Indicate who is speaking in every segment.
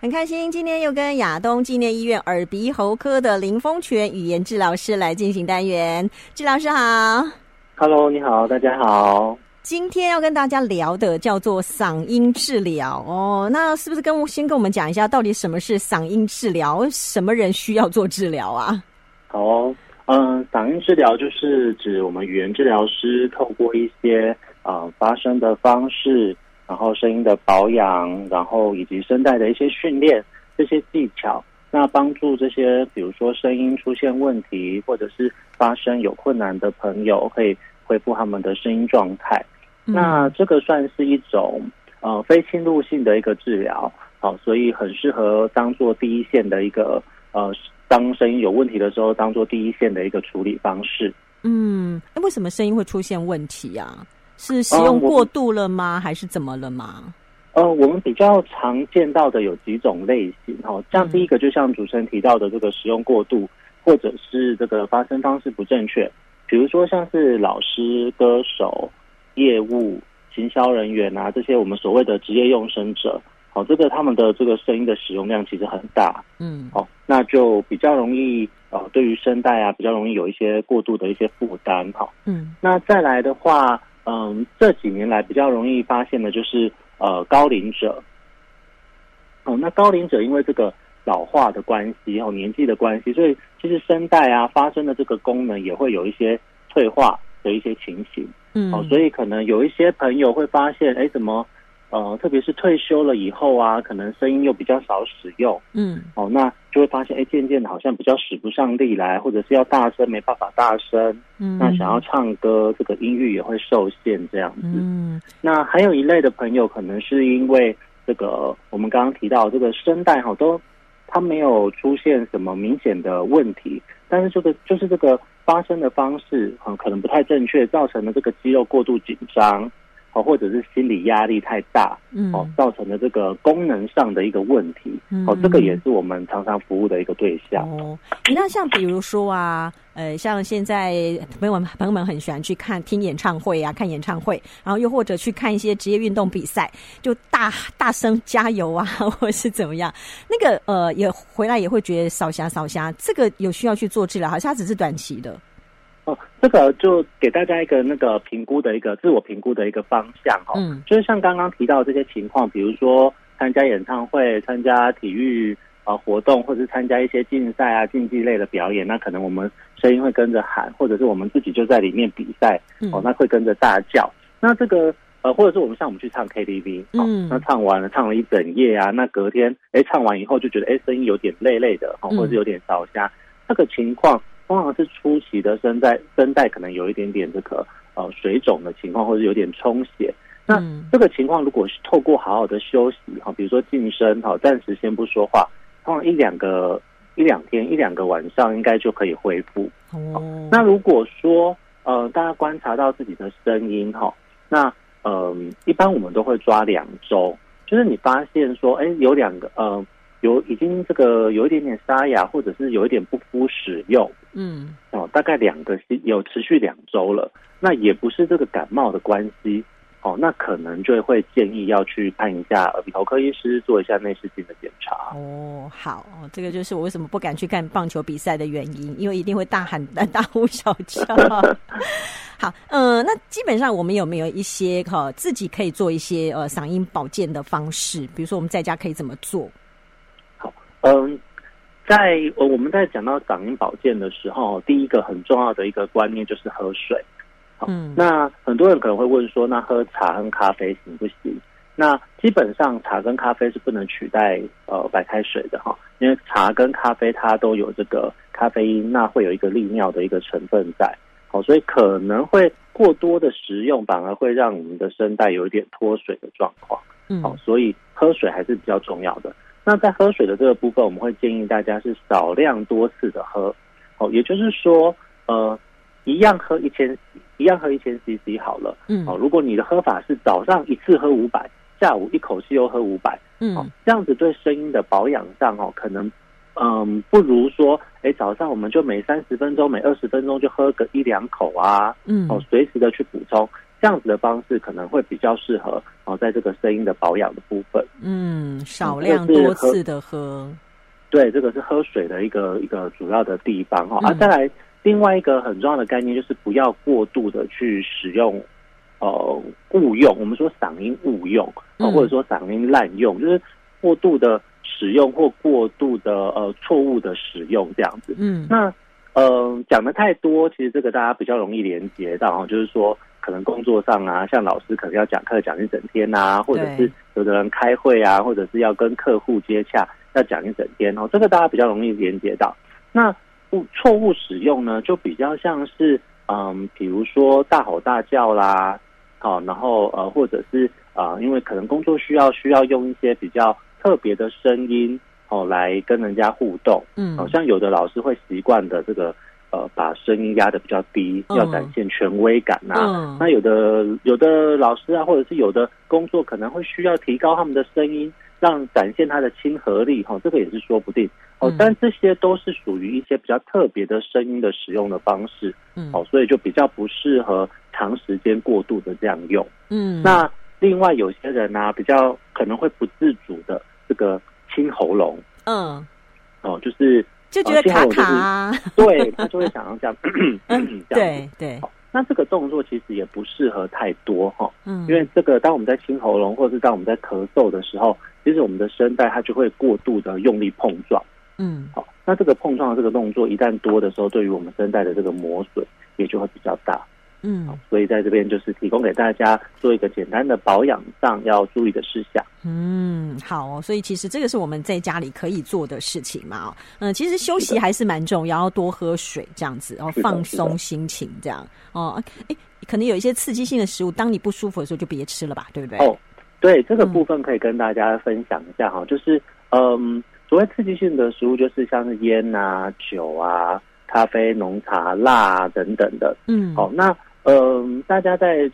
Speaker 1: 很开心，今天又跟亚东纪念医院耳鼻喉科的林峰泉语言治疗师来进行单元。治疗师好，
Speaker 2: Hello，你好，大家好。
Speaker 1: 今天要跟大家聊的叫做嗓音治疗哦。那是不是跟我先跟我们讲一下，到底什么是嗓音治疗？什么人需要做治疗啊？
Speaker 2: 好哦，嗯，嗓音治疗就是指我们语言治疗师透过一些呃发声的方式，然后声音的保养，然后以及声带的一些训练这些技巧，那帮助这些比如说声音出现问题或者是发声有困难的朋友，可以恢复他们的声音状态。
Speaker 1: 嗯
Speaker 2: 那这个算是一种呃非侵入性的一个治疗，好、所以很适合当做第一线的一个呃，当声音有问题的时候，当做第一线的一个处理方式。
Speaker 1: 嗯，哎，为什么声音会出现问题啊？是使用
Speaker 2: 嗯我
Speaker 1: 过度了吗？还是怎么了吗？
Speaker 2: 呃，我们比较常见到的有几种类型哦，像
Speaker 1: 嗯
Speaker 2: 第一个就像主持人提到的这个使用过度，或者是这个发声方式不正确，比如说像是老师、歌手、业务、行销人员啊这些我们所谓的职业用声者，好、这个他们的这个声音的使用量其实很大，
Speaker 1: 嗯
Speaker 2: 哦，那就比较容易呃，对于声带啊，比较容易有一些过度的一些负担哦哈、
Speaker 1: 嗯
Speaker 2: 那再来的话，嗯，这几年来比较容易发现的就是呃高龄者，哦，那高龄者因为这个老化的关系，哦年纪的关系，所以其实声带啊发声的这个功能也会有一些退化的一些情形。
Speaker 1: 嗯，
Speaker 2: 哦，所以可能有一些朋友会发现，哎，怎么呃，特别是退休了以后啊，可能声音又比较少使用。
Speaker 1: 嗯
Speaker 2: 哦，那就会发现，哎，渐渐的好像比较使不上力来，或者是要大声没办法大声，
Speaker 1: 嗯，
Speaker 2: 那想要唱歌，这个音域也会受限这样子。
Speaker 1: 嗯
Speaker 2: 那还有一类的朋友，可能是因为这个我们刚刚提到这个声带哈，都它没有出现什么明显的问题，但是这个就是这个发声的方式啊、可能不太正确，造成了这个肌肉过度紧张，哦，或者是心理压力太大，
Speaker 1: 嗯嗯
Speaker 2: 哦，造成的这个功能上的一个问题。哦，这个也是我们常常服务的一个对象。
Speaker 1: 哦，那像比如说啊，呃，像现在朋友们朋友们很喜欢去看听演唱会啊，看演唱会，然后又或者去看一些职业运动比赛，就大大声加油啊， 或是怎么样，那个呃，也回来也会觉得扫瞎扫瞎，这个有需要去做治疗，好像它只是短期的，
Speaker 2: 哦，这个就给大家一个那个评估的一个自我评估的一个方向哦，
Speaker 1: 嗯
Speaker 2: 就是像刚刚提到这些情况，比如说参加演唱会、参加体育啊、呃活动，或者是参加一些竞赛啊、竞技类的表演，那可能我们声音会跟着喊，或者是我们自己就在里面比赛
Speaker 1: 嗯
Speaker 2: 哦，那会跟着大叫。那这个呃，或者是我们像我们去唱 KTV，哦、
Speaker 1: 嗯
Speaker 2: 那唱完了唱了一整夜啊，那隔天哎唱完以后就觉得哎声音有点累累的哦，
Speaker 1: 嗯
Speaker 2: 或者是有点烧瞎，这个情况通常是初期的声带声带可能有一点点这个呃水肿的情况，或者有点充血。那
Speaker 1: 嗯
Speaker 2: 这个情况如果是透过好好的休息哈，比如说静声哈，暂时先不说话，通常一两个一两天一两个晚上应该就可以恢复。
Speaker 1: 哦，
Speaker 2: 那如果说呃，大家观察到自己的声音哈，那呃，一般我们都会抓两周，就是你发现说，哎，有两个呃，有已经这个有一点点沙哑，或者是有一点不敷使用
Speaker 1: 嗯
Speaker 2: 哦，大概两个星有持续两周了，那也不是这个感冒的关系哦，那可能就会建议要去看一下耳鼻喉科医师，做一下内视镜的检查。
Speaker 1: 哦，好哦，这个就是我为什么不敢去看棒球比赛的原因，因为一定会大喊、大大呼小叫。好，呃，那基本上我们有没有一些哈、呃自己可以做一些呃嗓音保健的方式？比如说我们在家可以怎么做？
Speaker 2: 嗯，在呃我们在讲到嗓音保健的时候，第一个很重要的一个观念就是喝水。好
Speaker 1: 嗯
Speaker 2: 那很多人可能会问说，那喝茶和咖啡行不行？那基本上茶跟咖啡是不能取代呃白开水的哈，因为茶跟咖啡它都有这个咖啡因，那会有一个利尿的一个成分在，好，所以可能会过多的食用，反而会让我们的声带有一点脱水的状况。
Speaker 1: 嗯
Speaker 2: 好、哦所以喝水还是比较重要的。那在喝水的这个部分，我们会建议大家是少量多次的喝，哦，也就是说，呃，一样喝一千，一样喝一千 CC 好了，
Speaker 1: 嗯
Speaker 2: 哦，如果你的喝法是早上一次喝五百，下午一口气又喝五百，哦
Speaker 1: 嗯，
Speaker 2: 这样子对声音的保养上哦，可能，嗯，不如说，哎，早上我们就每三十分钟、每二十分钟就喝个一两口啊，
Speaker 1: 嗯
Speaker 2: 哦，随时的去补充，这样子的方式可能会比较适合哦，在这个声音的保养的部分。
Speaker 1: 嗯，少
Speaker 2: 嗯这
Speaker 1: 量
Speaker 2: 个是
Speaker 1: 多
Speaker 2: 喝
Speaker 1: 次的喝，
Speaker 2: 对，这个是喝水的一个一个主要的地方哈、啊，
Speaker 1: 嗯
Speaker 2: 再来另外一个很重要的概念就是不要过度的去使用，呃，误用。我们说嗓音误用，呃
Speaker 1: 嗯
Speaker 2: 或者说嗓音滥用，就是过度的使用或过度的呃错误的使用这样子。
Speaker 1: 嗯
Speaker 2: 那呃，讲的太多，其实这个大家比较容易连接到，就是说可能工作上啊，像老师可能要讲课讲一整天啊，或者是有的人开会啊，或者是要跟客户接洽要讲一整天哦，这个大家比较容易连接到。那误错误使用呢，就比较像是嗯，比如说大吼大叫啦，好、然后呃，或者是啊、呃因为可能工作需要需要用一些比较特别的声音哦来跟人家互动。
Speaker 1: 嗯
Speaker 2: 好、像有的老师会习惯的这个呃，把声音压得比较低，
Speaker 1: 嗯
Speaker 2: 要展现权威感啊。
Speaker 1: 嗯
Speaker 2: 那有的有的老师啊，或者是有的工作可能会需要提高他们的声音，让展现他的亲和力哈、哦，这个也是说不定哦
Speaker 1: 嗯。
Speaker 2: 但这些都是属于一些比较特别的声音的使用的方式
Speaker 1: 嗯
Speaker 2: 哦，所以就比较不适合长时间过度的这样用。
Speaker 1: 嗯
Speaker 2: 那另外有些人呢、啊比较可能会不自主的这个清喉咙
Speaker 1: 嗯，
Speaker 2: 哦，就是
Speaker 1: 就觉得
Speaker 2: 幸
Speaker 1: 卡
Speaker 2: 好我就是
Speaker 1: 卡啊，
Speaker 2: 对他就会想要这样，嗯这样子
Speaker 1: 对对，
Speaker 2: 那这个动作其实也不适合太多哈，
Speaker 1: 嗯，
Speaker 2: 因为这个当我们在清喉咙或者是当我们在咳嗽的时候，其实我们的声带它就会过度的用力碰撞。
Speaker 1: 嗯
Speaker 2: 好，那这个碰撞的这个动作一旦多的时候，对于我们声带的这个磨损也就会比较大。
Speaker 1: 嗯
Speaker 2: 所以在这边就是提供给大家做一个简单的保养上要注意的事项。
Speaker 1: 嗯，好哦，所以其实这个是我们在家里可以做的事情嘛，哦，嗯，其实休息还是蛮重要，要多喝水这样子，哦，
Speaker 2: 是的
Speaker 1: 放
Speaker 2: 是的
Speaker 1: 松心情这样，哦，哎，可能有一些刺激性的食物，当你不舒服的时候就别吃了吧，对不对？
Speaker 2: 哦对这个
Speaker 1: 嗯
Speaker 2: 部分可以跟大家分享一下哈，就是嗯，所谓刺激性的食物，就是像是烟啊、酒啊、咖啡、浓茶、辣啊等等的。
Speaker 1: 嗯，
Speaker 2: 好、那嗯，大家在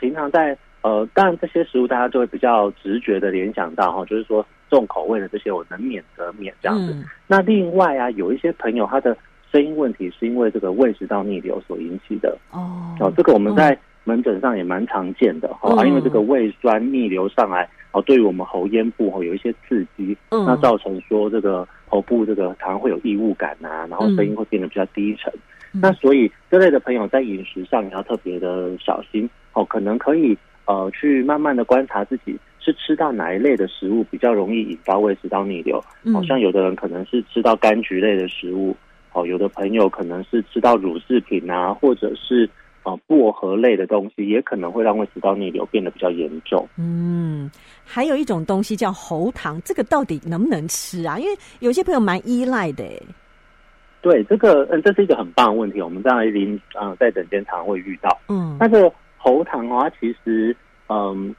Speaker 2: 平常在呃，当然这些食物大家就会比较直觉的联想到哈，就是说重口味的这些我能免则免这样子。
Speaker 1: 嗯
Speaker 2: 那另外啊，有一些朋友他的声音问题是因为这个胃食道逆流所引起的。
Speaker 1: 哦，
Speaker 2: 哦，这个我们在门诊上也蛮常见的哈、啊
Speaker 1: 嗯
Speaker 2: 因为这个胃酸逆流上来哦，对于我们喉咽部哦有一些刺激，
Speaker 1: 嗯
Speaker 2: 那造成说这个喉部这个常会有异物感啊，然后声音会变得比较低沉。
Speaker 1: 嗯
Speaker 2: 那所以这类的朋友在饮食上也要特别的小心哦，可能可以呃去慢慢的观察自己是吃到哪一类的食物比较容易引发胃食道逆流。
Speaker 1: 嗯
Speaker 2: 好、像有的人可能是吃到柑橘类的食物，哦，有的朋友可能是吃到乳制品啊，或者是呃薄荷类的东西，也可能会让胃食道逆流变得比较严重。
Speaker 1: 嗯，还有一种东西叫喉糖，这个到底能不能吃啊？因为有些朋友蛮依赖的、欸，
Speaker 2: 对，这个嗯，这是一个很棒的问题，我们在临嗯、在诊间常会遇到。
Speaker 1: 嗯
Speaker 2: 那这个喉糖的话，其实嗯，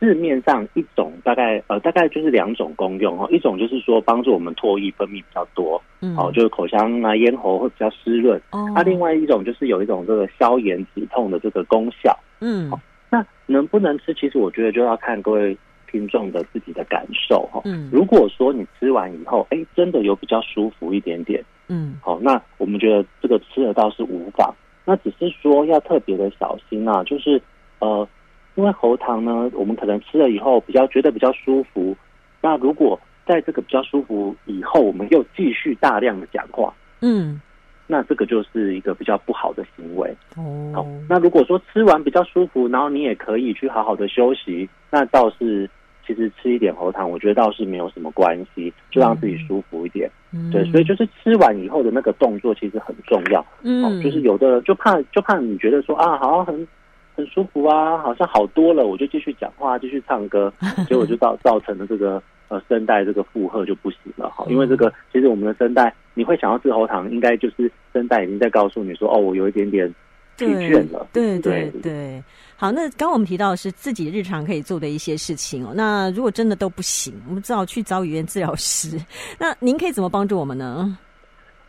Speaker 2: 市面上一种大概呃大概就是两种功用哦，一种就是说帮助我们唾液分泌比较多，
Speaker 1: 嗯
Speaker 2: 哦，就是口腔啊咽喉会比较湿润。
Speaker 1: 哦
Speaker 2: 那、另外一种就是有一种这个消炎止痛的这个功效。
Speaker 1: 嗯
Speaker 2: 那能不能吃，其实我觉得就要看各位听众的自己的感受哈、哦。
Speaker 1: 嗯
Speaker 2: 如果说你吃完以后，哎，真的有比较舒服一点点，
Speaker 1: 嗯
Speaker 2: 好、那我们觉得这个吃得到是无妨。那只是说要特别的小心啊，就是呃，因为喉糖呢，我们可能吃了以后比较觉得比较舒服，那如果在这个比较舒服以后，我们又继续大量的讲话，
Speaker 1: 嗯
Speaker 2: 那这个就是一个比较不好的行为。好
Speaker 1: 哦，
Speaker 2: 那如果说吃完比较舒服，然后你也可以去好好的休息，那倒是其实吃一点喉糖，我觉得倒是没有什么关系，就让自己舒服一点。
Speaker 1: 嗯
Speaker 2: 对，所以就是吃完以后的那个动作其实很重要。
Speaker 1: 嗯
Speaker 2: 哦，就是有的就怕就怕你觉得说啊，好像很很舒服啊，好像好多了，我就继续讲话，继续 唱歌，结果就造造成了这个呃声带这个负荷就不行了哈，因为这
Speaker 1: 嗯
Speaker 2: 个其实我们的声带，你会想要治喉糖，应该就是声带已经在告诉你说哦，我有一点点疲倦了，
Speaker 1: 对对
Speaker 2: 对
Speaker 1: 对，好，那刚刚我们提到的是自己日常可以做的一些事情哦。那如果真的都不行，我们只好去找语言治疗师。 那您可以怎么帮助我们呢？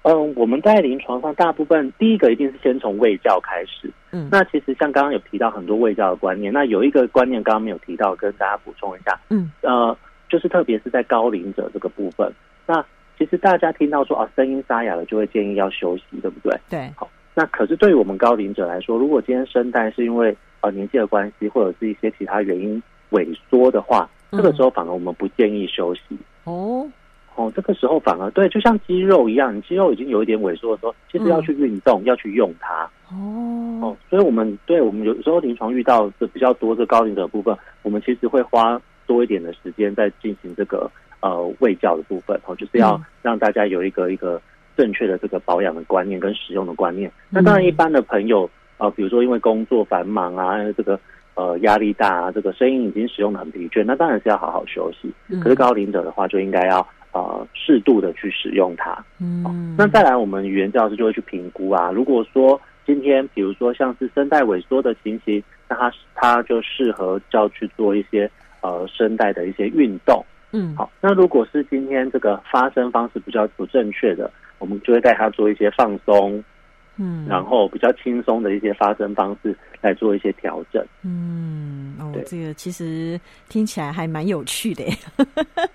Speaker 2: 嗯，我们在临床上大部分第一个一定是先从卫教开始。
Speaker 1: 嗯
Speaker 2: 那其实像刚刚有提到很多卫教的观念，那有一个观念刚刚没有提到，跟大家补充一下。
Speaker 1: 嗯，
Speaker 2: 呃，就是特别是在高龄者这个部分，那其实大家听到说啊声音沙哑了，就会建议要休息，对不对？
Speaker 1: 对，
Speaker 2: 那可是对于我们高龄者来说，如果今天声带是因为呃年纪的关系，或者是一些其他原因萎缩的话，这个时候反而我们不建议休息。
Speaker 1: 嗯哦，
Speaker 2: 哦，这个时候反而对，就像肌肉一样，你肌肉已经有一点萎缩的时候，其实要去运动，要去用它。
Speaker 1: 哦，
Speaker 2: 哦，所以我们对我们有时候临床遇到的比较多这高龄者的部分，我们其实会花多一点的时间在进行这个呃卫教的部分，哦，就是要
Speaker 1: 嗯
Speaker 2: 让大家有一个一个正确的这个保养的观念跟使用的观念。那当然，一般的朋友呃，比如说因为工作繁忙啊，这个呃压力大啊，这个声音已经使用的很疲倦，那当然是要好好休息。
Speaker 1: 嗯
Speaker 2: 可是高龄者的话，就应该要呃适度的去使用它。
Speaker 1: 嗯，
Speaker 2: 那再来，我们语言治疗师就会去评估啊。如果说今天，比如说像是声带萎缩的情形，那它它就适合要去做一些呃声带的一些运动。
Speaker 1: 嗯，
Speaker 2: 好，那如果是今天这个发声方式比较不正确的，我们就会带他做一些放松，
Speaker 1: 嗯，
Speaker 2: 然后比较轻松的一些发声方式来做一些调整。
Speaker 1: 嗯，哦
Speaker 2: 对，
Speaker 1: 这个其实听起来还蛮有趣的耶，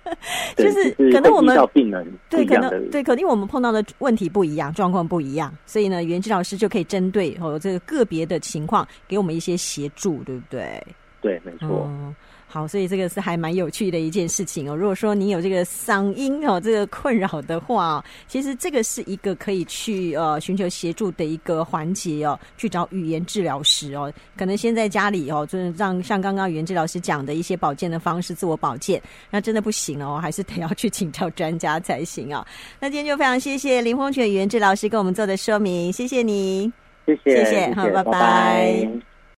Speaker 1: 就
Speaker 2: 对
Speaker 1: 是
Speaker 2: 就
Speaker 1: 可能
Speaker 2: 会
Speaker 1: 我
Speaker 2: 依
Speaker 1: 们
Speaker 2: 照病人不
Speaker 1: 对，
Speaker 2: 一
Speaker 1: 可
Speaker 2: 样的
Speaker 1: 能对，可能因为我们碰到的问题不一样，状况不一样，所以呢，语言治疗师就可以针对哦这个个别的情况，给我们一些协助，对不对？
Speaker 2: 对，没错。
Speaker 1: 嗯，好，所以这个是还蛮有趣的一件事情哦。如果说你有这个嗓音哦这个困扰的话、哦，其实这个是一个可以去呃寻求协助的一个环节哦，去找语言治疗师哦。可能先在家里哦，就是让像刚刚语言治疗师讲的一些保健的方式，自我保健，那真的不行哦，还是得要去请教专家才行哦。那今天就非常谢谢林峰泉语言治疗师跟我们做的说明，谢谢你。
Speaker 2: 谢
Speaker 1: 谢
Speaker 2: 谢，
Speaker 1: 谢好拜
Speaker 2: 拜
Speaker 1: 拜
Speaker 2: 拜